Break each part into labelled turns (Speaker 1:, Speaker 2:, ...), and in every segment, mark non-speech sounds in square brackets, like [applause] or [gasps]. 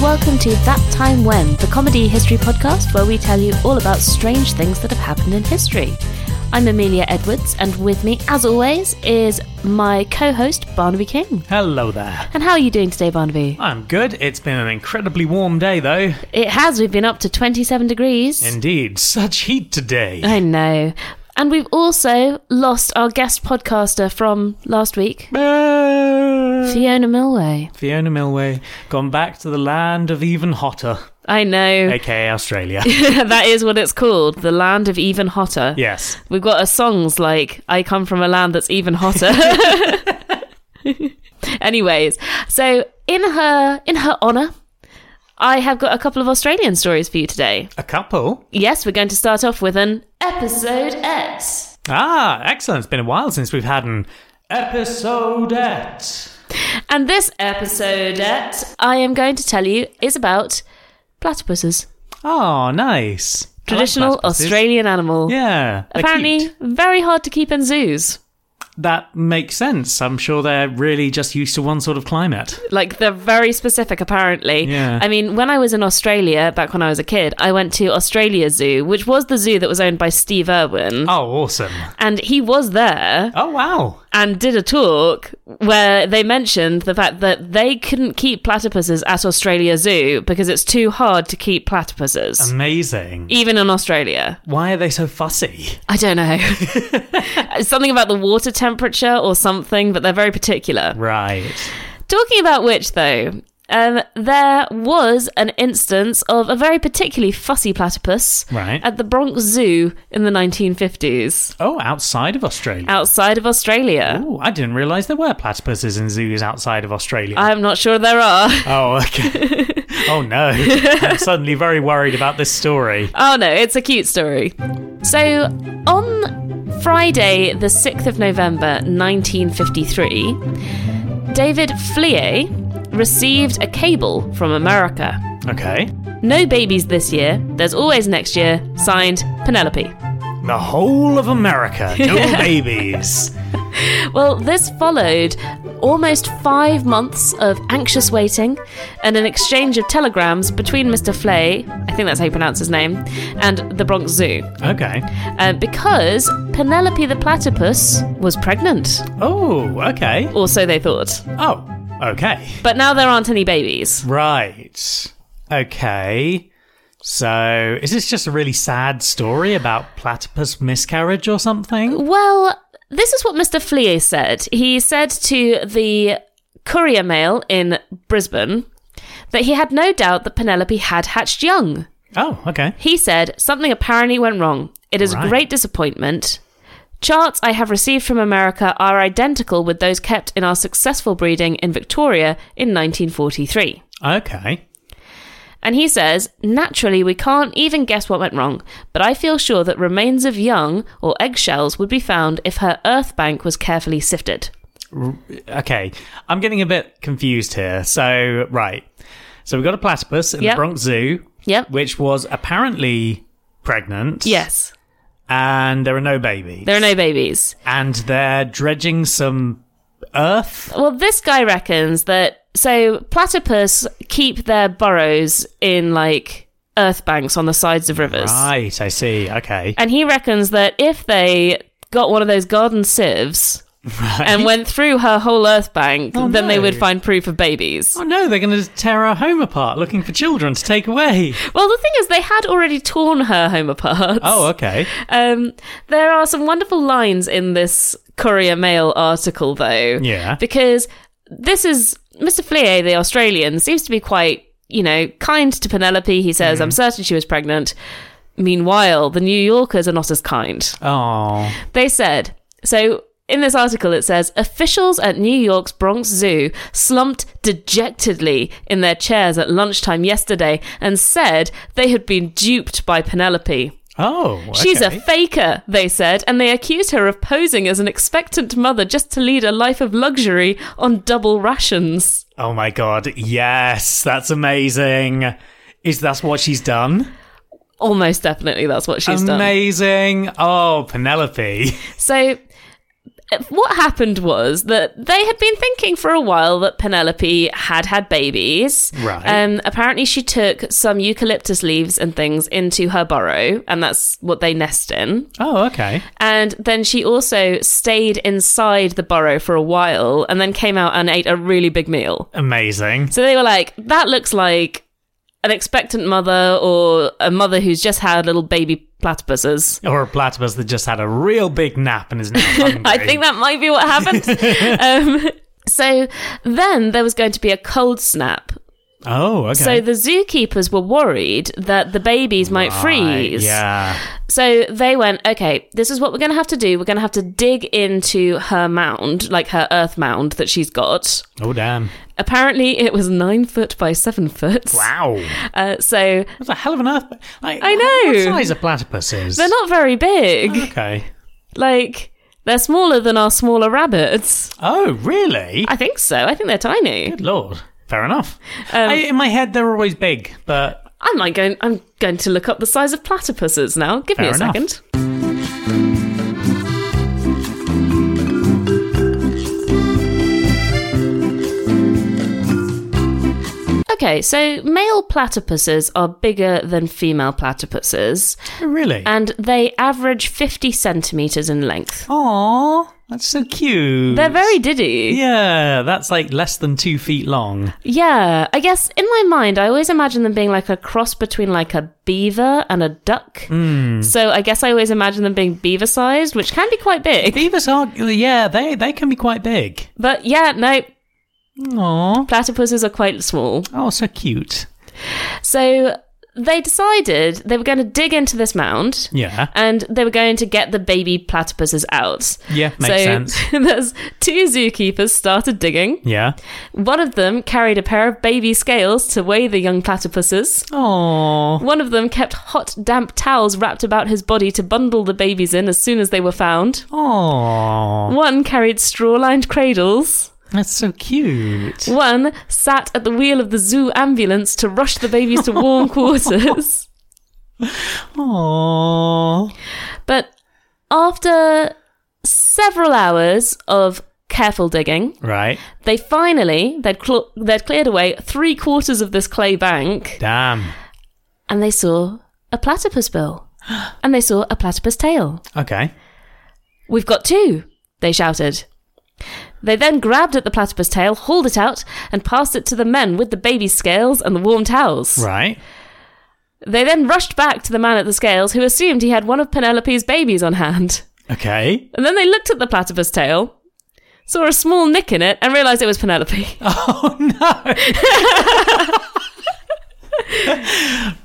Speaker 1: welcome to That Time When, the comedy history podcast where we tell you all about strange things that have happened in history. I'm Amelia Edwards, and with me, as always, is my co host, Barnaby King.
Speaker 2: Hello there.
Speaker 1: And how are you doing today, Barnaby?
Speaker 2: I'm good. It's been an incredibly warm day, though.
Speaker 1: It has, we've been up to 27 degrees.
Speaker 2: Indeed, such heat today.
Speaker 1: I know. And we've also lost our guest podcaster from last week,
Speaker 2: Ah.
Speaker 1: Fiona Milway.
Speaker 2: Fiona Milway gone back to the land of even hotter,
Speaker 1: I know.
Speaker 2: aka Australia.
Speaker 1: [laughs] that is what it's called, the land of even hotter.
Speaker 2: yes.
Speaker 1: We've got our songs like I Come From a Land That's Even Hotter. [laughs] Anyways, so in her in her honor, I have got a couple of Australian stories for you today.
Speaker 2: A couple.
Speaker 1: Yes, we're going to start off with an episode X.
Speaker 2: Ah, excellent. It's been a while since we've had an episodette.
Speaker 1: And this episode I am going to tell you is about platypuses.
Speaker 2: Oh, nice. I like
Speaker 1: Traditional
Speaker 2: platypuses.
Speaker 1: Australian animal.
Speaker 2: Yeah. they're
Speaker 1: Apparently
Speaker 2: cute.
Speaker 1: very hard to keep in zoos.
Speaker 2: That makes sense. I'm sure they're really just used to one sort of climate.
Speaker 1: Like they're very specific, apparently.
Speaker 2: Yeah.
Speaker 1: I mean, when I was in Australia back when I was a kid, I went to Australia Zoo, which was the zoo that was owned by Steve Irwin,
Speaker 2: Oh, awesome.
Speaker 1: and he was there
Speaker 2: Oh, wow.
Speaker 1: and did a talk where they mentioned the fact that they couldn't keep platypuses at Australia Zoo because it's too hard to keep platypuses.
Speaker 2: Um, Amazing.
Speaker 1: even in Australia.
Speaker 2: Why are they so fussy?
Speaker 1: I don't
Speaker 2: [laughs]
Speaker 1: know. It's something about the water temperature or something, but they're very particular.
Speaker 2: Right.
Speaker 1: Talking about which, though, um, there was an instance of a very particularly fussy platypus
Speaker 2: Right.
Speaker 1: at the Bronx Zoo in the 1950s
Speaker 2: Oh, outside of Australia.
Speaker 1: outside of Australia.
Speaker 2: oh, I didn't realise there were platypuses in zoos outside of Australia.
Speaker 1: I'm not sure there are. [laughs]
Speaker 2: oh, okay. [laughs] oh, no. I'm suddenly very worried about this story.
Speaker 1: Oh no, it's a cute story. So, on Friday, the 6th of November 1953, David Flier received a cable from America.
Speaker 2: Okay.
Speaker 1: No babies this year, there's always next year, signed Penelope.
Speaker 2: The whole of America, no [laughs] babies.
Speaker 1: Well, this followed almost five months of anxious waiting and an exchange of telegrams between Mr. Flay, I think that's how you pronounce his name, and the Bronx Zoo,
Speaker 2: Okay.
Speaker 1: uh, because Penelope the platypus was pregnant,
Speaker 2: Oh, okay.
Speaker 1: or so they thought.
Speaker 2: Oh, okay.
Speaker 1: But now there aren't any babies.
Speaker 2: Right. Okay. So, is this just a really sad story about platypus miscarriage or something?
Speaker 1: Well, this is what Mr. Flea said. He said to the Courier Mail in Brisbane that he had no doubt that Penelope had hatched young.
Speaker 2: Oh, okay.
Speaker 1: He said, Something apparently went wrong. It is a
Speaker 2: Right.
Speaker 1: great disappointment. Charts I have received from America are identical with those kept in our successful breeding in Victoria in 1943.
Speaker 2: Okay.
Speaker 1: And he says, naturally, we can't even guess what went wrong, but I feel sure that remains of young or eggshells would be found if her earth bank was carefully sifted.
Speaker 2: Okay, I'm getting a bit confused here. So, right. So, we got a platypus in
Speaker 1: Yep.
Speaker 2: the Bronx Zoo,
Speaker 1: Yep.
Speaker 2: which was apparently pregnant.
Speaker 1: Yes.
Speaker 2: And there are no babies.
Speaker 1: There are no babies.
Speaker 2: and they're dredging some earth.
Speaker 1: Well, this guy reckons that so platypus keep their burrows in like earth banks on the sides of rivers.
Speaker 2: Right, I see. Okay.
Speaker 1: And he reckons that if they got one of those garden sieves
Speaker 2: [laughs]
Speaker 1: and went through her whole earth bank,
Speaker 2: Oh,
Speaker 1: then they
Speaker 2: no.
Speaker 1: would find proof of babies.
Speaker 2: Oh no, they're going to tear our home apart looking for children to take away.
Speaker 1: Well, the thing is, they had already torn her home apart.
Speaker 2: Oh, okay.
Speaker 1: Um, there are some wonderful lines in this Courier Mail article, though.
Speaker 2: Yeah.
Speaker 1: Because this is Mr. Flier, the Australian, seems to be quite, you know, kind to Penelope. He says, I'm certain she was pregnant. Meanwhile, the New Yorkers are not as kind.
Speaker 2: Oh.
Speaker 1: They said, so. In this article, it says officials at New York's Bronx Zoo slumped dejectedly in their chairs at lunchtime yesterday and said they had been duped by Penelope.
Speaker 2: Oh.
Speaker 1: She's a
Speaker 2: okay.
Speaker 1: faker, they said, and they accused her of posing as an expectant mother just to lead a life of luxury on double rations.
Speaker 2: oh my god. Yes, that's amazing. Is that what she's done?
Speaker 1: Almost definitely that's what she's done.
Speaker 2: Amazing. Oh, Penelope.
Speaker 1: So eh, what happened was that they had been thinking for a while that Penelope had had babies.
Speaker 2: Right.
Speaker 1: Um, apparently, she took some eucalyptus leaves and things into her burrow, and that's what they nest in.
Speaker 2: Oh, okay.
Speaker 1: And then she also stayed inside the burrow for a while and then came out and ate a really big meal.
Speaker 2: Amazing.
Speaker 1: So they were like, that looks like an expectant mother or a mother who's just had little baby platypuses.
Speaker 2: Or a platypus that just had a real big nap
Speaker 1: [laughs]
Speaker 2: and is now hungry.
Speaker 1: I think that might be what
Speaker 2: [laughs]
Speaker 1: happened. um, so then there was going to be a cold snap.
Speaker 2: Oh, okay.
Speaker 1: So the zookeepers were worried that the babies might
Speaker 2: Right,
Speaker 1: freeze.
Speaker 2: Yeah.
Speaker 1: So they went, okay, this is what we're going to have to do. We're going to have to dig into her mound, like her earth mound that she's got.
Speaker 2: Oh, damn.
Speaker 1: Apparently, it was nine foot by seven foot.
Speaker 2: Wow.
Speaker 1: Uh, so
Speaker 2: That's a hell of an earth. Like,
Speaker 1: I know.
Speaker 2: What size a platypus is?
Speaker 1: they're not very
Speaker 2: [laughs]
Speaker 1: big.
Speaker 2: Okay.
Speaker 1: like, they're smaller than our smaller rabbits.
Speaker 2: Oh, really?
Speaker 1: I think so. I think they're tiny.
Speaker 2: Good lord. Fair enough.
Speaker 1: Um,
Speaker 2: I, in my head, they're always big, but
Speaker 1: I'm like going. I'm going to look up the size of platypuses now. Give me
Speaker 2: Fair
Speaker 1: a
Speaker 2: enough.
Speaker 1: second. Okay, so male platypuses are bigger than female platypuses,
Speaker 2: Oh, really.
Speaker 1: and they average 50 centimeters in length.
Speaker 2: Aww, that's so cute.
Speaker 1: They're very diddy.
Speaker 2: Yeah, that's like less than two feet long.
Speaker 1: Yeah, I guess in my mind, I always imagine them being like a cross between like a beaver and a duck.
Speaker 2: Hmm.
Speaker 1: So I guess I always imagine them being beaver sized, which can be quite big. [laughs]
Speaker 2: Beavers are, yeah, they they can be quite big.
Speaker 1: But yeah, no,
Speaker 2: Aww.
Speaker 1: platypuses are quite small.
Speaker 2: Oh, so cute.
Speaker 1: So they decided they were going to dig into this mound.
Speaker 2: Yeah.
Speaker 1: And they were going to get the baby platypuses out.
Speaker 2: Yeah, makes
Speaker 1: so
Speaker 2: sense.
Speaker 1: [laughs] there's two zookeepers started digging.
Speaker 2: Yeah.
Speaker 1: One of them carried a pair of baby scales to weigh the young platypuses.
Speaker 2: Aww.
Speaker 1: One of them kept hot, damp towels wrapped about his body to bundle the babies in as soon as they were found.
Speaker 2: Aww.
Speaker 1: One carried straw lined cradles.
Speaker 2: That's so cute.
Speaker 1: One sat at the wheel of the zoo ambulance to rush the babies to warm quarters.
Speaker 2: Aww.
Speaker 1: But after several hours of careful digging,
Speaker 2: Right.
Speaker 1: they finally, they'd, cl- they'd cleared away three quarters of this clay bank
Speaker 2: Damn.
Speaker 1: and they saw a platypus bill and they saw a platypus tail.
Speaker 2: Okay.
Speaker 1: We've got two, they shouted. They then grabbed at the platypus tail, hauled it out, and passed it to the men with the baby scales and the warm towels.
Speaker 2: Right.
Speaker 1: They then rushed back to the man at the scales, who assumed he had one of Penelope's babies on hand.
Speaker 2: Okay.
Speaker 1: And then they looked at the platypus tail, saw a small nick in it, and realised it was
Speaker 2: [laughs]
Speaker 1: Penelope.
Speaker 2: Oh no.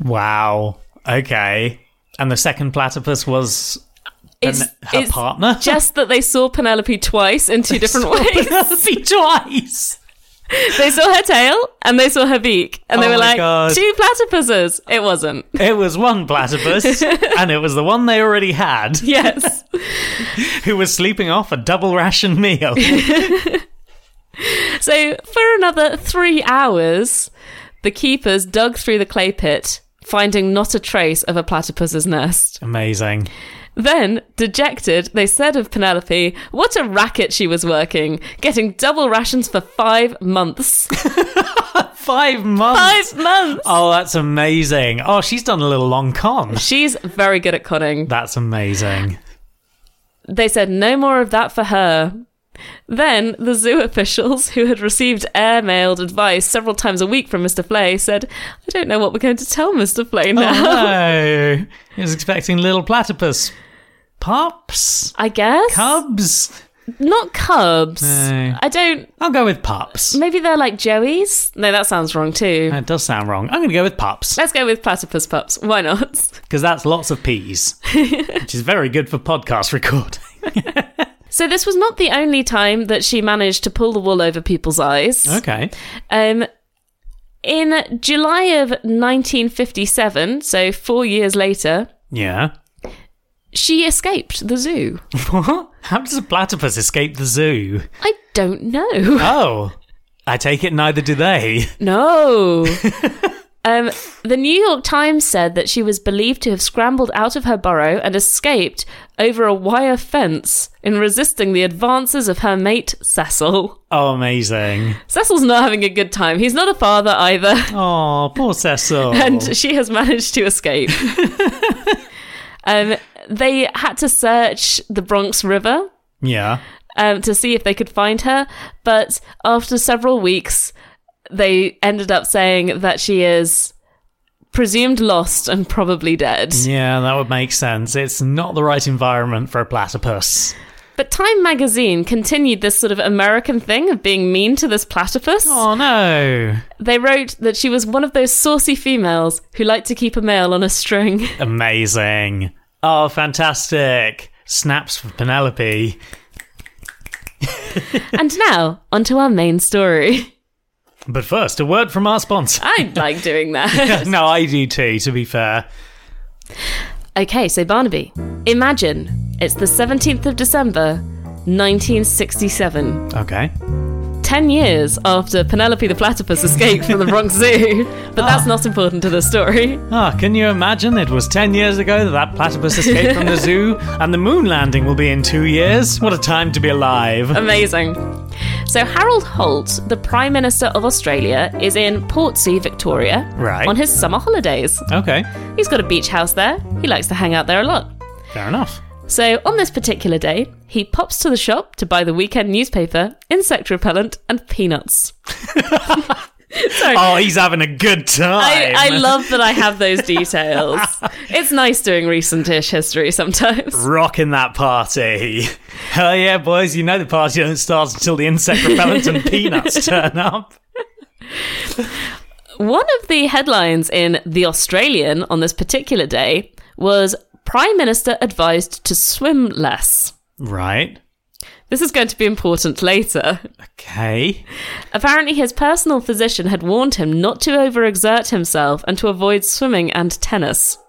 Speaker 2: wow. Okay. And the second platypus was an-
Speaker 1: It's,
Speaker 2: her
Speaker 1: it's
Speaker 2: partner.
Speaker 1: just that they saw Penelope twice in two
Speaker 2: [laughs]
Speaker 1: different ways.
Speaker 2: Penelope twice.
Speaker 1: They saw her tail and they saw her beak, and they
Speaker 2: Oh
Speaker 1: were
Speaker 2: my
Speaker 1: like,
Speaker 2: God.
Speaker 1: two platypuses. It wasn't. [laughs]
Speaker 2: It was one [laughs] platypus, and it was the one they already had,
Speaker 1: Yes.
Speaker 2: who was sleeping off a double ration meal.
Speaker 1: So, for another three hours, the keepers dug through the clay pit, finding not a trace of a platypus's nest.
Speaker 2: Amazing.
Speaker 1: Then, dejected, they said of Penelope, What a racket she was working, getting double rations for five months.
Speaker 2: Five months.
Speaker 1: Five months!
Speaker 2: Oh, that's amazing. Oh, she's done a little long con.
Speaker 1: She's very good at conning.
Speaker 2: That's amazing.
Speaker 1: They said no more of that for her. Then the zoo officials, who had received air-mailed advice several times a week from Mr. Flay, said, I don't know what we're going to tell Mr. Flay now.
Speaker 2: Hello. I was expecting little platypus. Pups?
Speaker 1: I guess.
Speaker 2: Cubs?
Speaker 1: Not cubs.
Speaker 2: No.
Speaker 1: I don't.
Speaker 2: I'll go with pups.
Speaker 1: Maybe they're like joeys. No, that sounds wrong too.
Speaker 2: That does sound wrong. I'm going to go with pups
Speaker 1: Let's go with platypus pups. Why not? [laughs]
Speaker 2: because that's lots of peas, which is very good for podcast recording.
Speaker 1: So this was not the only time that she managed to pull the wool over people's eyes.
Speaker 2: Okay.
Speaker 1: Um, in July of 1957, so four years later,
Speaker 2: Yeah.
Speaker 1: she escaped the zoo.
Speaker 2: What? How does a platypus escape the zoo?
Speaker 1: I don't know. [laughs]
Speaker 2: Oh, I take it neither do they.
Speaker 1: No. Um, the New York Times said that she was believed to have scrambled out of her burrow and escaped over a wire fence in resisting the advances of her mate, Cecil.
Speaker 2: Oh, amazing.
Speaker 1: Cecil's not having a good time. He's not a father either, [laughs]
Speaker 2: Oh, poor Cecil.
Speaker 1: and she has managed to escape. um, they had to search the Bronx River
Speaker 2: yeah.
Speaker 1: um, to see if they could find her. But after several weeks, they ended up saying that she is presumed lost and probably dead.
Speaker 2: Yeah, that would make sense. It's not the right environment for a platypus.
Speaker 1: But Time magazine continued this sort of American thing of being mean to this platypus.
Speaker 2: Oh, no.
Speaker 1: They wrote that she was one of those saucy females who like to keep a male on a string.
Speaker 2: Amazing. Oh, fantastic. Snaps for Penelope.
Speaker 1: and now, onto our main story. [laughs]
Speaker 2: But first, a word from our sponsor. [laughs]
Speaker 1: I like doing that.
Speaker 2: no, I do too, to be fair.
Speaker 1: Okay, so Barnaby, imagine it's the 17th of December, 1967.
Speaker 2: Okay.
Speaker 1: 10 years after Penelope the platypus escaped from the
Speaker 2: [laughs]
Speaker 1: Bronx Zoo. But that's not important to the story.
Speaker 2: Ah, can you imagine? It was 10 years ago that that platypus escaped from
Speaker 1: [laughs]
Speaker 2: the zoo, and the moon landing will be in two years. What a time to be
Speaker 1: Uh,
Speaker 2: alive.
Speaker 1: Amazing. So, Harold Holt, the Prime Minister of Australia, is in Portsea, Victoria,
Speaker 2: Right.
Speaker 1: on his summer holidays.
Speaker 2: Okay,
Speaker 1: He's got a beach house there. He likes to hang out there a lot. [laughs]
Speaker 2: fair enough.
Speaker 1: So, on this particular day, he pops to the shop to buy the weekend newspaper, insect repellent, and peanuts. [laughs] Sorry.
Speaker 2: Oh, he's having a good time.
Speaker 1: I, I love that I have those
Speaker 2: [laughs]
Speaker 1: details. it's nice doing recentish history sometimes.
Speaker 2: Rocking that party. [laughs] Hell yeah, boys, you know the party don't start until the insect repellent and peanuts
Speaker 1: [laughs]
Speaker 2: turn up.
Speaker 1: One of the headlines in The Australian on this particular day was Prime Minister advised to swim less.
Speaker 2: Right.
Speaker 1: This is going to be important later.
Speaker 2: Okay.
Speaker 1: Apparently, his personal physician had warned him not to overexert himself and to avoid swimming and tennis.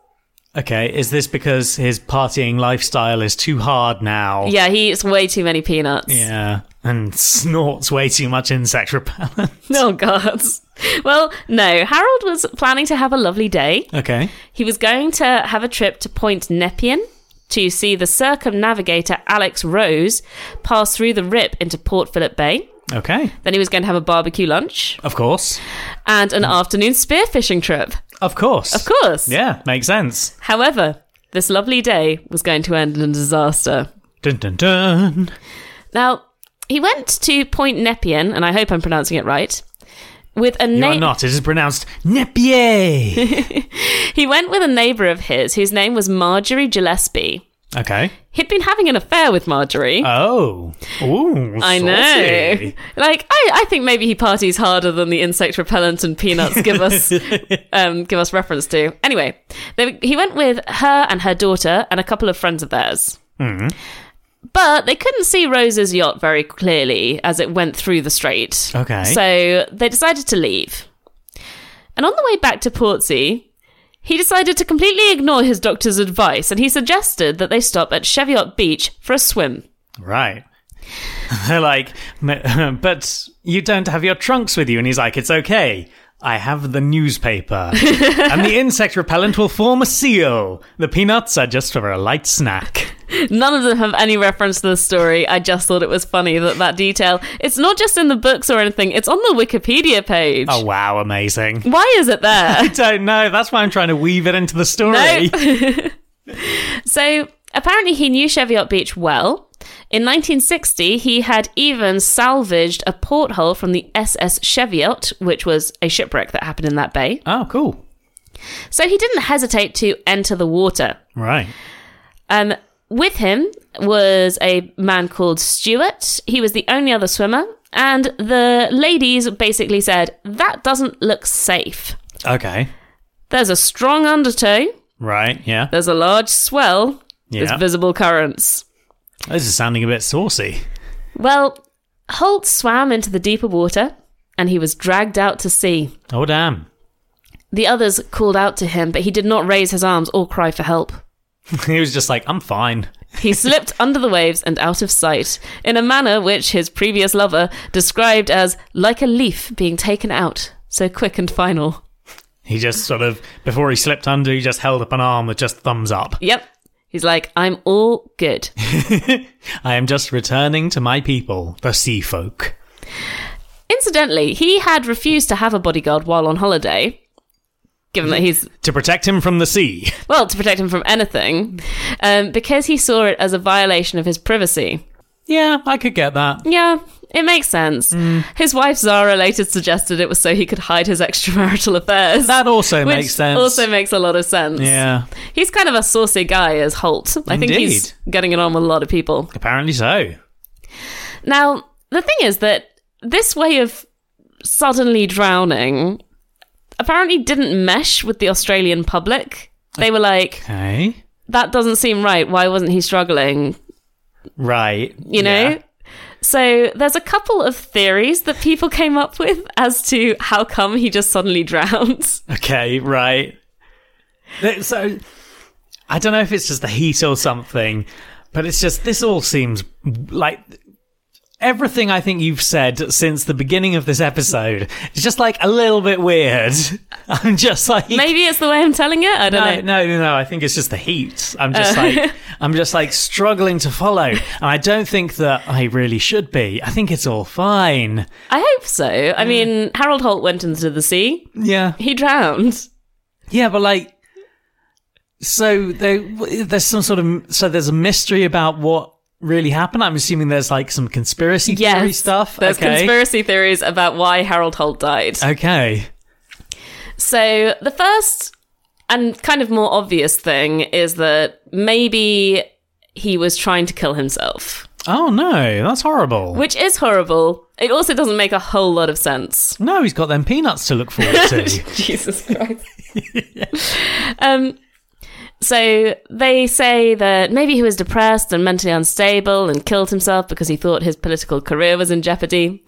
Speaker 2: Okay, is this because his partying lifestyle is too hard now?
Speaker 1: Yeah, he eats way too many peanuts.
Speaker 2: Yeah. And snorts way too much insect repellent.
Speaker 1: [laughs]
Speaker 2: [laughs]
Speaker 1: Oh, God. Well, no, Harold was planning to have a lovely day.
Speaker 2: Okay.
Speaker 1: He was going to have a trip to Point Nepean to see the circumnavigator Alex Rose pass through the Rip into Port Phillip Bay.
Speaker 2: Okay.
Speaker 1: Then he was going to have a barbecue lunch
Speaker 2: Of course.
Speaker 1: and an afternoon spearfishing trip.
Speaker 2: Of course.
Speaker 1: Of course.
Speaker 2: Mm. Yeah, makes sense.
Speaker 1: However, this lovely day was going to end in disaster.
Speaker 2: Dun dun dun.
Speaker 1: Now, he went to Point Nepean, and I hope I'm pronouncing it right, with a
Speaker 2: You
Speaker 1: name.
Speaker 2: are not. It is pronounced Nepier.
Speaker 1: [laughs] He went with a neighbour of his whose name was Marjorie Gillespie.
Speaker 2: okay.
Speaker 1: He'd been having an affair with Marjorie.
Speaker 2: Oh. Ooh.
Speaker 1: I know.
Speaker 2: saucy.
Speaker 1: Like, I, I think maybe he parties harder than the insect repellent and peanuts give us um, give us reference to. Anyway, they, he went with her and her daughter and a couple of friends of theirs. But they couldn't see Rose's yacht very clearly as it went through the strait.
Speaker 2: Okay.
Speaker 1: So they decided to leave. And on the way back to Portsea, he decided to completely ignore his doctor's advice and he suggested that they stop at Cheviot Beach for a swim.
Speaker 2: Right. [laughs] They're like, "M- [laughs] but you don't have your trunks with you. And he's like, it's okay. I have the newspaper. and the insect repellent will form a seal. The peanuts are just for a light snack.
Speaker 1: None of them have any reference to the story. I just thought it was funny that that detail. It's not just in the books or anything. It's on the Wikipedia page.
Speaker 2: Oh, wow, amazing.
Speaker 1: Why is it there? [laughs]
Speaker 2: Don't know. That's why I'm trying to weave it into the story.
Speaker 1: so apparently he knew Cheviot Beach well. In 1960, he had even salvaged a porthole from the SS Cheviot, which was a shipwreck that happened in that bay.
Speaker 2: [laughs] Oh, cool.
Speaker 1: So he didn't hesitate to enter the water.
Speaker 2: Right.
Speaker 1: Um, with him was a man called Stuart. He was the only other swimmer. And the ladies basically said, that doesn't look safe.
Speaker 2: Okay.
Speaker 1: There's a strong undertow,
Speaker 2: Right. Yeah.
Speaker 1: there's a large swell, there's
Speaker 2: Yeah.
Speaker 1: visible currents.
Speaker 2: This is sounding a bit saucy.
Speaker 1: Well, Holt swam into the deeper water and he was dragged out to sea.
Speaker 2: Oh, damn. [laughs]
Speaker 1: The others called out to him, but he did not raise his arms or cry for help.
Speaker 2: he was just like, I'm fine.
Speaker 1: He slipped under the waves and out of sight, in a manner which his previous lover described as like a leaf being taken out, so quick and final.
Speaker 2: He just sort of, before he slipped under, he just held up an arm with just thumbs up.
Speaker 1: Yep. He's like, I'm all good.
Speaker 2: I am just returning to my people, the sea folk.
Speaker 1: Incidentally, he had refused to have a bodyguard while on holiday, given that he's,
Speaker 2: To protect him from the sea.
Speaker 1: well, to protect him from anything, um, because he saw it as a violation of his privacy.
Speaker 2: Yeah, I could get that.
Speaker 1: Yeah, it makes sense.
Speaker 2: Mm.
Speaker 1: His wife Zara later suggested it was so he could hide his extramarital affairs.
Speaker 2: That also
Speaker 1: which
Speaker 2: makes sense.
Speaker 1: Also makes a lot of sense.
Speaker 2: yeah,
Speaker 1: He's kind of a saucy guy as Holt. I think he's getting it on with a lot of people.
Speaker 2: apparently so.
Speaker 1: Now, the thing is that this way of suddenly drowning apparently didn't mesh with the Australian public. They were like,
Speaker 2: Okay.
Speaker 1: that doesn't seem right. Why wasn't he struggling?
Speaker 2: Right.
Speaker 1: You know?
Speaker 2: Yeah.
Speaker 1: So there's a couple of theories that people came up with as to how come he just suddenly [laughs] drowns.
Speaker 2: Okay, right. Th- So, I don't know if it's just the heat or something, but it's just, this all seems like. Everything I think you've said since the beginning of this episode is just like a little bit weird. [laughs] I'm just like
Speaker 1: Maybe it's the way I'm telling it. I don't
Speaker 2: No,
Speaker 1: know.
Speaker 2: no, no, no. I think it's just the heat. I'm just
Speaker 1: Uh, [laughs]
Speaker 2: like I'm just like struggling to follow, and I don't think that I really should be. I think it's all fine.
Speaker 1: I hope so. I mean, Harold Holt went into the sea.
Speaker 2: Yeah,
Speaker 1: He drowned.
Speaker 2: yeah, but like, so there, there's some sort of so there's a mystery about what really happened. I'm assuming there's like some conspiracy theory
Speaker 1: Yes.
Speaker 2: stuff.
Speaker 1: There's
Speaker 2: okay, Uh,
Speaker 1: conspiracy theories about why Harold Holt died.
Speaker 2: okay,
Speaker 1: So the first and kind of more obvious thing is that maybe he was trying to kill himself,
Speaker 2: oh no, that's horrible.
Speaker 1: which is horrible. It also doesn't make a whole lot of sense.
Speaker 2: no, he's got them peanuts to look forward
Speaker 1: [laughs]
Speaker 2: to.
Speaker 1: Jesus Christ. [laughs] um, so they say that maybe he was depressed and mentally unstable and killed himself because he thought his political career was in jeopardy.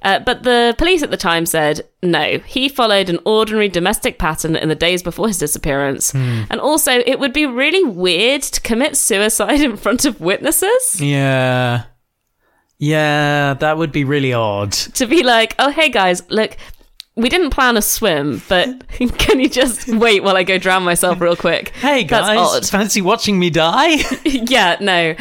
Speaker 1: Uh, but the police at the time said no, he followed an ordinary domestic pattern in the days before his disappearance. And also, it would be really weird to commit suicide in front of witnesses.
Speaker 2: yeah, yeah, that would be really odd.
Speaker 1: to be like, oh, hey guys, look, we didn't plan a swim,
Speaker 2: [laughs]
Speaker 1: but can you just wait while I go drown myself real quick?
Speaker 2: Hey guys,
Speaker 1: That's
Speaker 2: fancy watching me [laughs] die?
Speaker 1: odd. [laughs] yeah, no.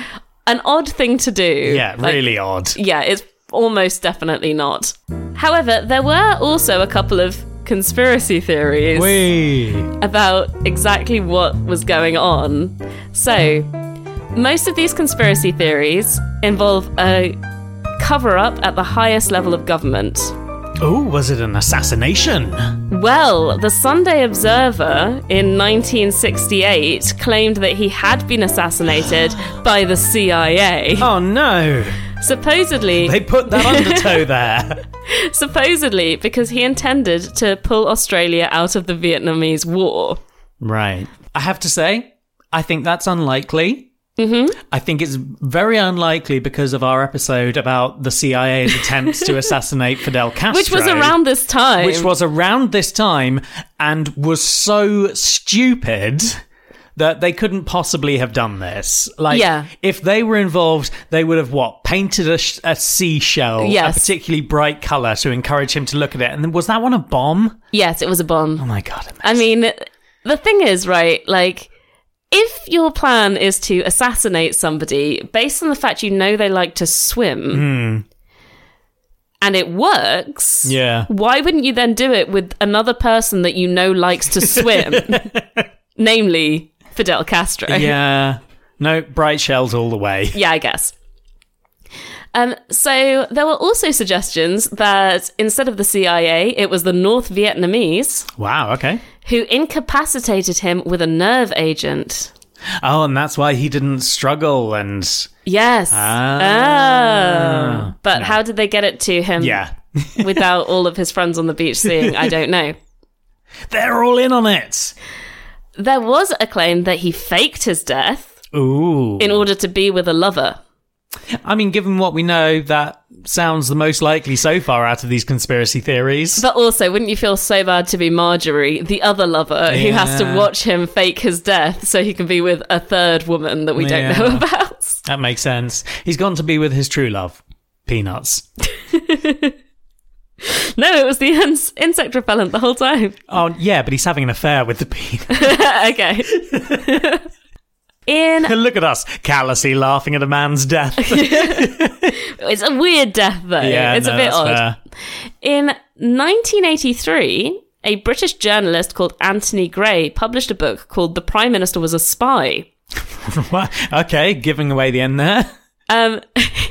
Speaker 1: An odd thing to do.
Speaker 2: yeah,
Speaker 1: Like,
Speaker 2: really odd.
Speaker 1: yeah, it's almost definitely not. However, there were also a couple of conspiracy theories
Speaker 2: Wee.
Speaker 1: about exactly what was going on. So, most of these conspiracy theories involve a cover up at the highest level of government.
Speaker 2: Oh, was it an [laughs] assassination?
Speaker 1: Well, the Sunday Observer in 1968 claimed that he had been
Speaker 2: [gasps]
Speaker 1: assassinated by the CIA.
Speaker 2: Oh no.
Speaker 1: Supposedly,
Speaker 2: They put that [laughs] undertow there.
Speaker 1: supposedly because he intended to pull Australia out of the Vietnamese War.
Speaker 2: Right. I have to say, I think that's unlikely. Mm-hmm. I think it's very unlikely because of our episode about the CIA's attempts to assassinate Fidel Castro.
Speaker 1: [laughs] Which was around this time.
Speaker 2: which was around this time and was so stupid that they couldn't possibly have done this. Like,
Speaker 1: Yeah.
Speaker 2: if they were involved, they would have what painted a, sh- a seashell
Speaker 1: Yes.
Speaker 2: a particularly bright color to encourage him to look at it. And then, was that one a bomb?
Speaker 1: Yes, it was a bomb.
Speaker 2: Oh my god! it
Speaker 1: I mean, the thing is, right, like, if your plan is to assassinate somebody based on the fact you know they like to swim and it works,
Speaker 2: Hmm. Yeah.
Speaker 1: why wouldn't you then do it with another person that you know likes to
Speaker 2: [laughs]
Speaker 1: swim? Namely, Fidel Castro. [laughs]
Speaker 2: ma- yeah. No, bright shells all the way. [laughs]
Speaker 1: Yeah, I guess. Um, so there were also suggestions that instead of the CIA, it was the North Vietnamese
Speaker 2: Wow. Okay.
Speaker 1: who incapacitated him with a nerve agent.
Speaker 2: Oh, and that's why he didn't struggle. And
Speaker 1: Yes.
Speaker 2: Ah.
Speaker 1: Oh. But how did they get it to him
Speaker 2: yeah,
Speaker 1: [laughs]
Speaker 2: [laughs]
Speaker 1: without all of his friends on the beach seeing? I don't know.
Speaker 2: they're all in on it.
Speaker 1: There was a claim that he faked his death
Speaker 2: Ooh.
Speaker 1: in order to be with a lover.
Speaker 2: I mean, given what we know, that sounds the most likely so far out of these conspiracy theories.
Speaker 1: But also, wouldn't you feel so bad to be Marjorie, the other lover, who has to
Speaker 2: Yeah.
Speaker 1: watch him fake his death so he can be with a third woman that we don't
Speaker 2: Yeah.
Speaker 1: know about? [laughs]
Speaker 2: that makes sense. He's gone to be with his true love, Peanuts.
Speaker 1: No, it was the ins- insect repellent the whole time. [laughs]
Speaker 2: Oh, yeah, but he's having an affair with the bee.
Speaker 1: okay. [laughs] In
Speaker 2: [laughs] Look at us, callously laughing at a
Speaker 1: [laughs]
Speaker 2: man's death.
Speaker 1: it's a weird death though.
Speaker 2: yeah,
Speaker 1: it's
Speaker 2: no,
Speaker 1: a bit
Speaker 2: that's
Speaker 1: odd.
Speaker 2: fair.
Speaker 1: In 1983, a British journalist called Anthony Gray published a book called The Prime Minister Was a Spy.
Speaker 2: [laughs] What? Okay, giving away the end
Speaker 1: [laughs]
Speaker 2: there.
Speaker 1: Um,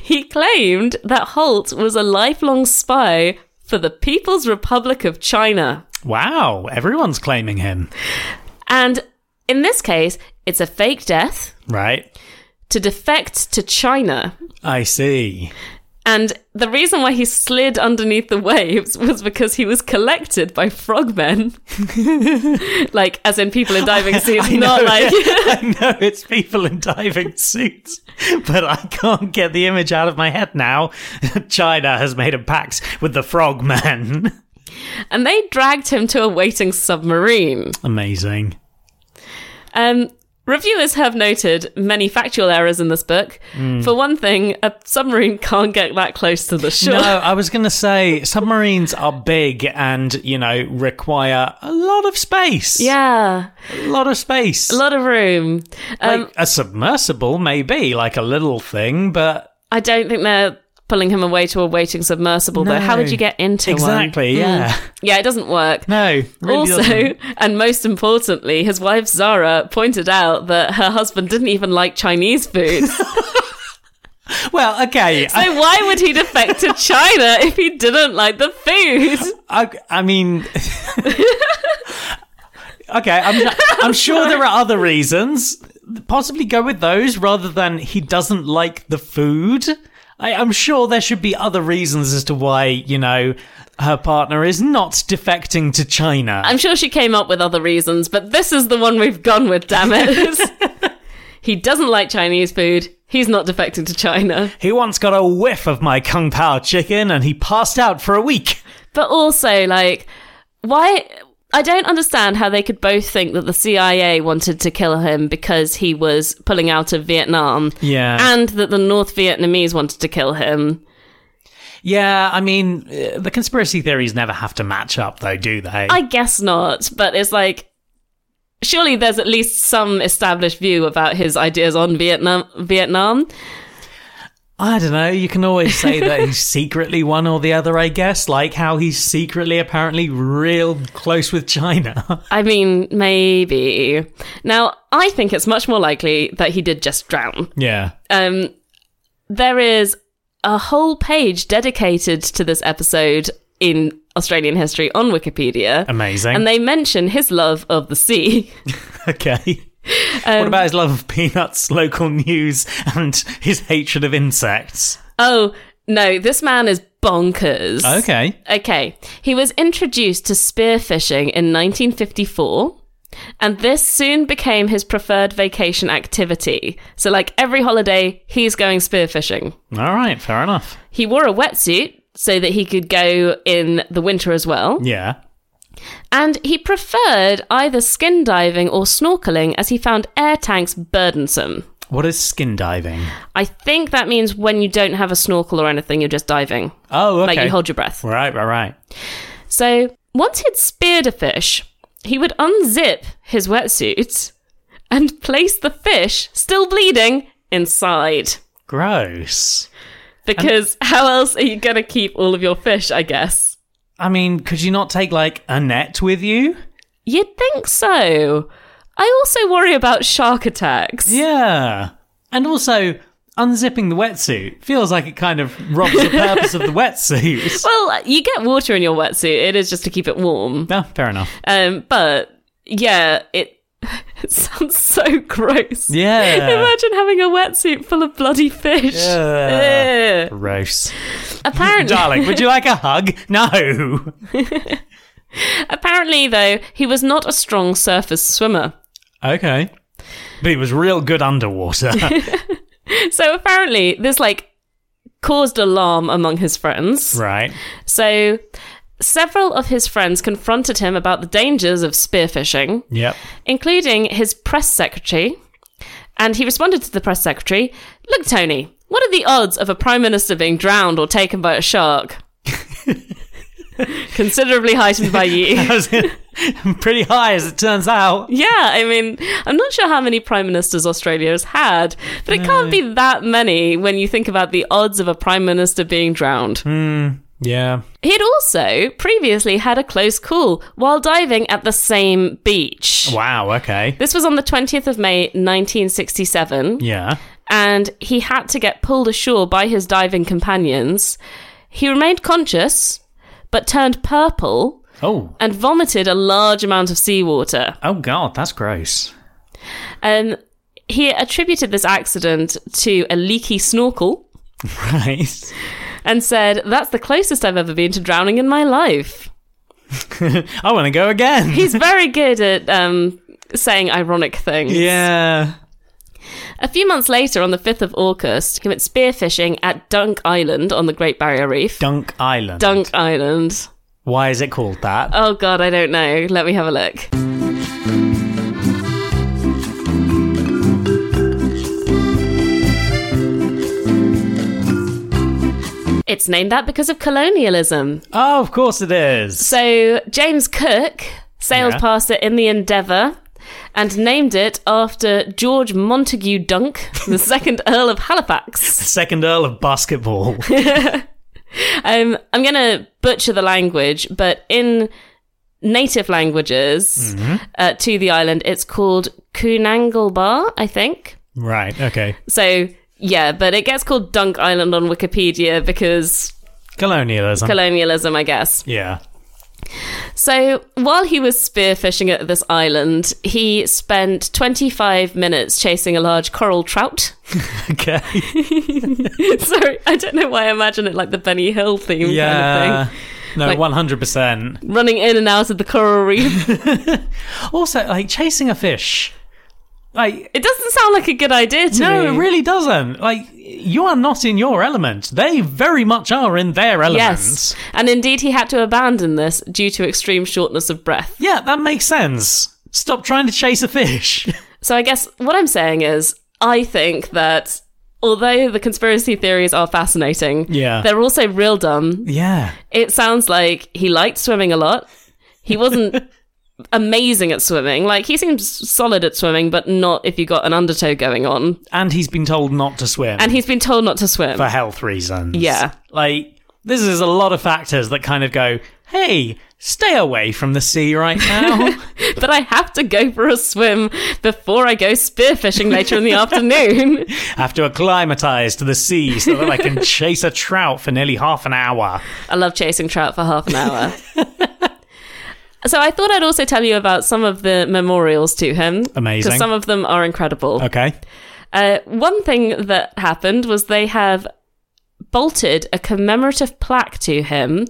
Speaker 1: he claimed that Holt was a lifelong spy for the People's Republic of China.
Speaker 2: Wow, everyone's claiming him.
Speaker 1: And in this case, it's a fake death
Speaker 2: Right.
Speaker 1: to defect to China.
Speaker 2: I see.
Speaker 1: And the reason why he slid underneath the [laughs] waves was because he was collected by frogmen. [laughs] like, as in people in diving suits,
Speaker 2: [laughs] I
Speaker 1: not
Speaker 2: know,
Speaker 1: like. [laughs]
Speaker 2: I know it's people in diving suits, but I can't get the image out of my head now. [laughs] China has made a pact with the frogman.
Speaker 1: And they dragged him to a waiting submarine.
Speaker 2: [laughs] Amazing.
Speaker 1: Um, reviewers have noted many factual errors in this book.
Speaker 2: Hmm.
Speaker 1: For one thing, a submarine [laughs] can't get that close to the shore.
Speaker 2: No, I was going to say submarines are big and, you know, require a lot of
Speaker 1: [laughs]
Speaker 2: space.
Speaker 1: Yeah,
Speaker 2: A lot of space.
Speaker 1: a lot of room. Um,
Speaker 2: like a submersible, maybe, like a little thing, but
Speaker 1: I don't think they're pulling him away to a waiting submersible, though. How would you get into one? Hmm.
Speaker 2: exactly, yeah.
Speaker 1: [laughs] Yeah, it doesn't
Speaker 2: [laughs]
Speaker 1: work.
Speaker 2: No, really
Speaker 1: also,
Speaker 2: doesn't.
Speaker 1: and most importantly, his wife Zara pointed out that her husband didn't even like Chinese
Speaker 2: [laughs]
Speaker 1: food. so
Speaker 2: Well,
Speaker 1: [laughs]
Speaker 2: okay. I,
Speaker 1: why would he defect to China if he didn't like the food?
Speaker 2: I, I mean, okay. I'm, I'm sure there are other reasons. Possibly go with those rather than he doesn't like the food. I, I'm sure there should be other reasons as to why you know her partner is not defecting to China.
Speaker 1: I'm sure she came up with other reasons, but this is the one we've gone with. Damn it! he doesn't like Chinese food. He's not defecting to China.
Speaker 2: he once got a whiff of my kung pao chicken and he passed out for a week.
Speaker 1: But also, like, why? I don't understand how they could both think that the CIA wanted to kill him because he was pulling out of Vietnam
Speaker 2: Yeah.
Speaker 1: and that the North Vietnamese wanted to kill him.
Speaker 2: yeah, I mean, uh, the conspiracy theories never have to match up, though, do they?
Speaker 1: I guess not, but it's like, surely there's at least some established view about his ideas on Vietnam. Vietnam.
Speaker 2: I don't know. You can always say that [laughs] he's secretly one or the other, I guess, like how he's secretly apparently real close with China. [laughs]
Speaker 1: I mean, maybe. Now, I think it's much more likely that he did just drown.
Speaker 2: Yeah.
Speaker 1: um, there is a whole page dedicated to this episode in Australian history on Wikipedia.
Speaker 2: Amazing. [laughs]
Speaker 1: And they mention his love of the sea. [laughs]
Speaker 2: okay. what about his love of peanuts, [laughs] local news, and his hatred of insects?
Speaker 1: Oh, no, this man is bonkers.
Speaker 2: Okay.
Speaker 1: Okay. He was introduced to spearfishing in 1954. And this soon became his preferred vacation activity. So, like every holiday, he's going spearfishing.
Speaker 2: All right. Fair enough.
Speaker 1: He wore a wetsuit so that he could go in the winter as well.
Speaker 2: Yeah.
Speaker 1: And he preferred either skin diving or snorkeling as he found air tanks burdensome.
Speaker 2: What is skin diving?
Speaker 1: I think that means when you don't have a snorkel or anything, you're just diving.
Speaker 2: Oh, okay.
Speaker 1: Like you hold your breath.
Speaker 2: right, right, right.
Speaker 1: So once he'd speared a fish, he would unzip his wetsuit and place the fish, still bleeding, inside.
Speaker 2: Gross.
Speaker 1: Because how else are you going to keep all of your fish, I guess?
Speaker 2: I mean, could you not take like a net with you?
Speaker 1: You'd think so. I also worry about shark attacks.
Speaker 2: Yeah. And also, unzipping the wetsuit feels like it kind of robs the purpose of the [laughs] wetsuit.
Speaker 1: Well, you get water in your wetsuit. It is just to keep it warm.
Speaker 2: No, fair enough.
Speaker 1: Um, but yeah, it, [laughs] it sounds so gross.
Speaker 2: [laughs] Yeah.
Speaker 1: Imagine having a wetsuit full of bloody fish.
Speaker 2: Yeah.
Speaker 1: Ugh.
Speaker 2: Uh, Gross.
Speaker 1: Apparently,
Speaker 2: Darling, would you like a hug? No.
Speaker 1: apparently though, he was not a strong surface swimmer.
Speaker 2: Okay. But he was real good underwater. [laughs]
Speaker 1: So apparently, this like caused alarm among his friends.
Speaker 2: right.
Speaker 1: So several of his friends confronted him about the dangers of spearfishing.
Speaker 2: Yep.
Speaker 1: including his press secretary. And he responded to the press secretary Look, Tony, what are the odds of a prime minister being drowned or taken by a shark? considerably heightened by
Speaker 2: [laughs]
Speaker 1: you.
Speaker 2: Pretty high, as it turns out.
Speaker 1: Yeah, I mean, I'm not sure how many prime ministers Australia has had, but it can't be that many when you think about the odds of a prime minister being drowned.
Speaker 2: Yeah.
Speaker 1: He'd also previously had a close call while diving at the same beach.
Speaker 2: Wow. Okay.
Speaker 1: This was on the 20th of May 1967,
Speaker 2: Yeah.
Speaker 1: and he had to get pulled ashore by his diving companions. He remained conscious, but turned purple
Speaker 2: Oh.
Speaker 1: and vomited a large amount of seawater.
Speaker 2: Oh God, that's gross.
Speaker 1: Um, he attributed this accident to a leaky snorkel
Speaker 2: Right.
Speaker 1: and said, That's the closest I've ever been to drowning in my life.
Speaker 2: I want to go again. [laughs]
Speaker 1: He's very good at um, saying ironic things.
Speaker 2: yeah.
Speaker 1: A few months later, on the 5th of August, he went spearfishing at Dunk Island on the Great Barrier Reef.
Speaker 2: Dunk Island.
Speaker 1: Dunk Island.
Speaker 2: Why is it called that?
Speaker 1: Oh, God, I don't know. Let me have a look. It's named that because of colonialism.
Speaker 2: Oh, of course it is.
Speaker 1: So James Cook sailed
Speaker 2: Yeah.
Speaker 1: past it in the Endeavour and named it after George Montagu Dunk, the [laughs] second Earl of Halifax.
Speaker 2: Second Earl
Speaker 1: [laughs]
Speaker 2: of Basketball.
Speaker 1: Um, I'm going to butcher the language, but in native languages
Speaker 2: Mm-hmm.
Speaker 1: uh, to the island, it's called Kunangalbar, I think.
Speaker 2: right. Okay.
Speaker 1: So yeah, but it gets called Dunk Island on Wikipedia because
Speaker 2: Colonialism.
Speaker 1: colonialism, I guess.
Speaker 2: yeah. [laughs]
Speaker 1: So while he was spearfishing at this island, he spent 25 minutes chasing a large coral trout. [laughs]
Speaker 2: Okay.
Speaker 1: Sorry, I don't know why I imagine it like the Benny Hill theme kind
Speaker 2: Yeah. No,
Speaker 1: Like-
Speaker 2: one hundred percent.
Speaker 1: of thing. Running in and out of the coral reef.
Speaker 2: Also, like chasing a fish. Like
Speaker 1: it doesn't sound like a good idea to me.
Speaker 2: no, it really doesn't. Like you are not in your element. They very much are in their element.
Speaker 1: Yes. And indeed, he had to abandon this due to extreme shortness of breath.
Speaker 2: Yeah, that makes sense. Stop trying to chase a fish. [laughs]
Speaker 1: So I guess what I'm saying is, I think that although the conspiracy theories are fascinating,
Speaker 2: Yeah.
Speaker 1: they're also real dumb
Speaker 2: yeah.
Speaker 1: it sounds like he liked swimming a lot. He wasn't amazing at swimming. Like he seems solid at swimming, but not if you got an undertow going on.
Speaker 2: And he's been told not to swim
Speaker 1: And he's been told not to swim.
Speaker 2: for health reasons.
Speaker 1: Yeah.
Speaker 2: Like this is a lot of factors that kind of go, "Hey, stay away from the sea
Speaker 1: [laughs]
Speaker 2: right now."
Speaker 1: But I have to go for a swim before I go spearfishing later in the afternoon.
Speaker 2: have to acclimatise to the sea so that I
Speaker 1: [laughs]
Speaker 2: can chase a trout for nearly half an hour.
Speaker 1: I love chasing trout for half an
Speaker 2: [laughs]
Speaker 1: hour. So I thought I'd also tell you about some of the memorials to him.
Speaker 2: Amazing.
Speaker 1: Because some of them are incredible.
Speaker 2: Okay.
Speaker 1: Uh, one thing that happened was they have bolted a commemorative plaque to him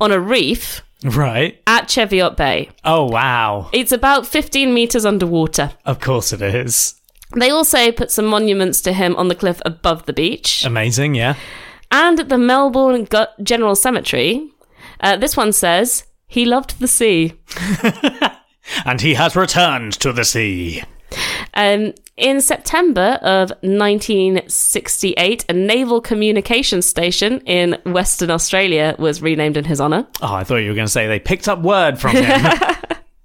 Speaker 1: on a reef
Speaker 2: Right.
Speaker 1: at Cheviot Bay.
Speaker 2: Oh wow.
Speaker 1: It's about 15 meters underwater.
Speaker 2: Of course it is.
Speaker 1: They also put some monuments to him on the cliff above the beach
Speaker 2: Amazing, yeah.
Speaker 1: and at the Melbourne Gu- General Cemetery. Uh, this one says, he loved the sea.
Speaker 2: And he has returned to the sea.
Speaker 1: Um, in September of 1968, a naval communications station in Western Australia was renamed in his honour.
Speaker 2: Oh, I thought you were going to say they picked up word
Speaker 1: [laughs]
Speaker 2: from him.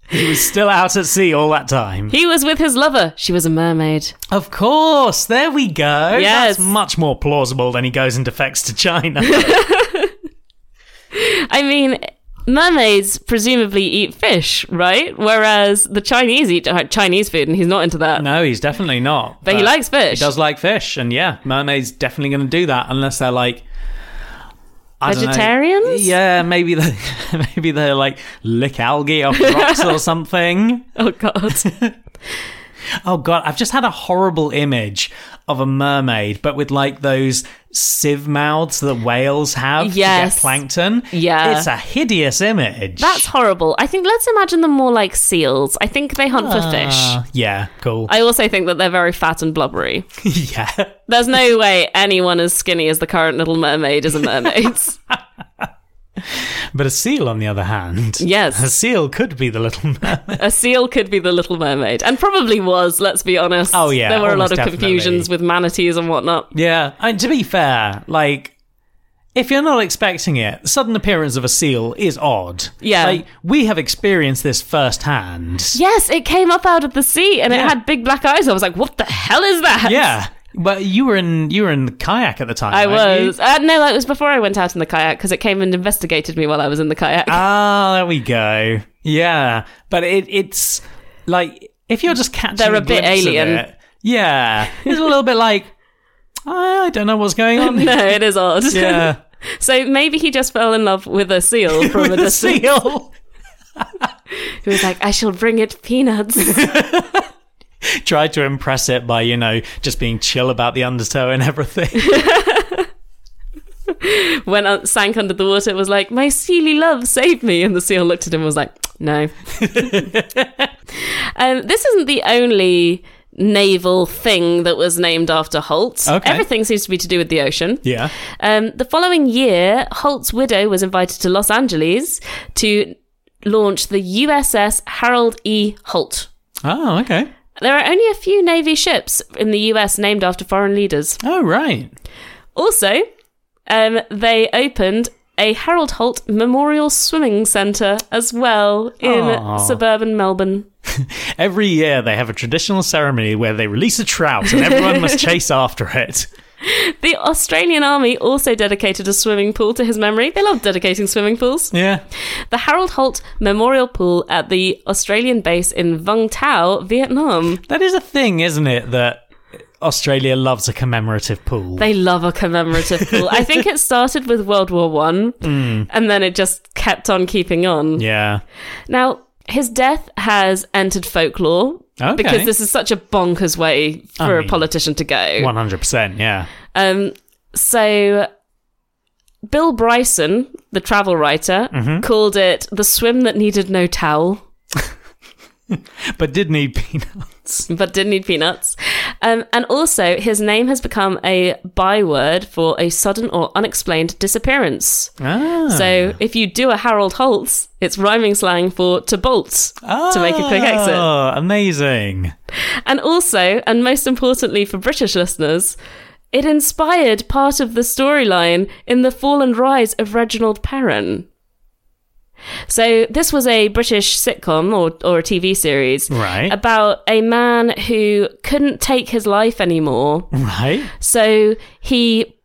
Speaker 2: he was still out at sea all that time.
Speaker 1: He was with his lover. She was a mermaid.
Speaker 2: Of course, there we go.
Speaker 1: Yes.
Speaker 2: That's much more plausible than he goes and defects to China.
Speaker 1: I mean, mermaids presumably eat fish, right? Whereas the Chinese eat uh, Chinese food, and he's not into that.
Speaker 2: no, he's definitely not.
Speaker 1: but he likes fish.
Speaker 2: He does like fish, and yeah, mermaids definitely going to do that unless they're like I don't know.
Speaker 1: Vegetarians?
Speaker 2: Yeah, maybe they [laughs] maybe they like lick algae off rocks
Speaker 1: [laughs]
Speaker 2: or something.
Speaker 1: Oh
Speaker 2: [laughs]
Speaker 1: god.
Speaker 2: Oh god, I've just had a horrible image of a mermaid, but with like those sieve mouths that whales have to
Speaker 1: Yes.
Speaker 2: get plankton.
Speaker 1: Yeah.
Speaker 2: it's a hideous image.
Speaker 1: That's horrible. I think let's imagine them more like seals. I think they hunt for fish.
Speaker 2: Uh, yeah, cool. [laughs]
Speaker 1: I also think that they're very fat and blubbery.
Speaker 2: yeah,
Speaker 1: There's no way anyone as skinny as the current Little Mermaid is a
Speaker 2: [laughs]
Speaker 1: mermaid.
Speaker 2: but a seal, on the other hand, a
Speaker 1: yes,
Speaker 2: seal could be the little [laughs] mermaid.
Speaker 1: a seal could be the Little Mermaid, and probably was. Let's be honest.
Speaker 2: Oh, yeah,
Speaker 1: there were a lot
Speaker 2: almost
Speaker 1: of confusions with manatees and whatnot.
Speaker 2: Yeah, I mean, to be fair, like if you're not expecting it, sudden appearance of a seal is odd.
Speaker 1: Yeah.
Speaker 2: Like, we have experienced this firsthand.
Speaker 1: Yes, it came up out of the sea and it
Speaker 2: Yeah.
Speaker 1: had big black eyes. I was like, what the hell is that?
Speaker 2: Yeah. But you were in you were in the kayak at the time.
Speaker 1: I
Speaker 2: weren't you?
Speaker 1: was. Uh, no, it was before I went out in the kayak because it came and investigated me while I was in the kayak.
Speaker 2: Ah, there we go. Yeah, but it, it's like if you're just catching,
Speaker 1: They're a bit
Speaker 2: glimpse of
Speaker 1: alien.
Speaker 2: it- yeah, it's a little bit like I, I don't know
Speaker 1: [laughs]
Speaker 2: what's going on.
Speaker 1: [laughs] no, it is odd.
Speaker 2: Yeah,
Speaker 1: [laughs] so maybe he just fell in love with a
Speaker 2: [laughs]
Speaker 1: seal from a
Speaker 2: the
Speaker 1: distance.
Speaker 2: seal
Speaker 1: He was like, I shall bring it peanuts.
Speaker 2: tried to impress it by you know just being chill about the undertow
Speaker 1: [laughs]
Speaker 2: and everything.
Speaker 1: when I sank under the water, it was like, My sealy love, save me. And the seal looked at him and was like,
Speaker 2: [laughs]
Speaker 1: No. um, this isn't the only naval thing that was named after Holt.
Speaker 2: Okay.
Speaker 1: Everything seems to be to do with the ocean.
Speaker 2: yeah,
Speaker 1: Um, the following year, Holt's widow was invited to Los Angeles to launch the USS Harold E. Holt.
Speaker 2: oh okay,
Speaker 1: There are only a few Navy ships in the US named after foreign leaders.
Speaker 2: oh right,
Speaker 1: Also, um, they opened a Harold Holt Memorial Swimming Centre as well in
Speaker 2: Aw.
Speaker 1: suburban Melbourne.
Speaker 2: Every year they have a traditional ceremony where they release a trout and everyone
Speaker 1: [laughs]
Speaker 2: must chase after it.
Speaker 1: The Australian Army also dedicated a swimming pool to his memory. They love dedicating swimming pools.
Speaker 2: Yeah.
Speaker 1: The Harold Holt Memorial Pool at the Australian base in Vung Tau, Vietnam.
Speaker 2: That is a thing, isn't it? That Australia loves a commemorative pool.
Speaker 1: They love a commemorative pool. I think it started with World War One, and then it just kept on keeping on.
Speaker 2: yeah.
Speaker 1: Now, his death has entered folklore
Speaker 2: Okay.
Speaker 1: because this is such a bonkers way for a
Speaker 2: mean-
Speaker 1: politician to go.
Speaker 2: 100%. Yeah.
Speaker 1: Um, so, Bill Bryson, the travel writer,
Speaker 2: Mm-hmm.
Speaker 1: called it the swim that needed no towel.
Speaker 2: But did [laughs] need peanuts.
Speaker 1: but did need peanuts. Um, and also, his name has become a byword for a sudden or unexplained disappearance.
Speaker 2: Ah.
Speaker 1: So, if you do a Harold Holtz, it's rhyming slang for to bolt to make a quick exit.
Speaker 2: Oh, Amazing.
Speaker 1: And also, and most importantly for British listeners, it inspired part of the storyline in the fall and rise of Reginald Perrin. So, this was a British sitcom or, or a TV series
Speaker 2: Right.
Speaker 1: about a man who couldn't take his life anymore.
Speaker 2: Right?
Speaker 1: So he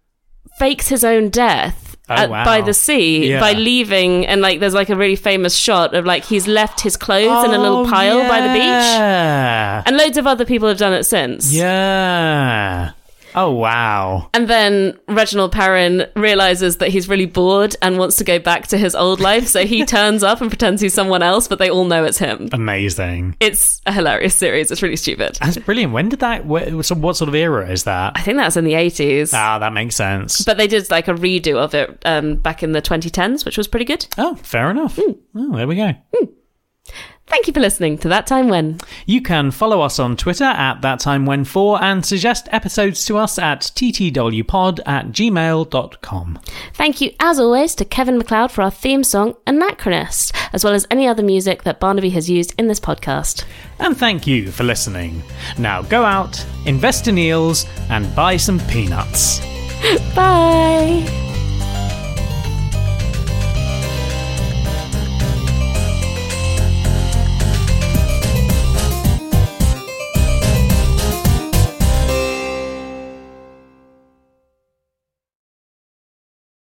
Speaker 1: fakes his own death.
Speaker 2: Oh,
Speaker 1: at-
Speaker 2: wow.
Speaker 1: By the sea,
Speaker 2: Yeah.
Speaker 1: by leaving, and like there's like a really famous shot of like he's left his clothes in a little pile by the beach,
Speaker 2: Oh, Yeah.
Speaker 1: and loads of other people have done it since.
Speaker 2: Yeah. Oh, wow.
Speaker 1: And then Reginald Perrin realizes that he's really bored and wants to go back to his old life, so he turns up and pretends he's someone else, but they all know it's him.
Speaker 2: Amazing.
Speaker 1: It's a hilarious series. It's really stupid.
Speaker 2: That's brilliant. When did that? Where, so what sort of era is that?
Speaker 1: I think that's in the 80s.
Speaker 2: Ah, that makes sense.
Speaker 1: But they did like a redo of it um, back in the 2010s, which was pretty good.
Speaker 2: Oh, fair enough. Oh, there we go.
Speaker 1: Thank you for listening to That Time When.
Speaker 2: You can follow us on Twitter at that time when four and suggest episodes to us at ttwpod at gmail.com.
Speaker 1: Thank you, as always, to Kevin McLeod for our theme song, Anachronist, as well as any other music that Barnaby has used in this podcast.
Speaker 2: And thank you for listening. Now go out, invest in eels, and buy some peanuts.
Speaker 1: Bye!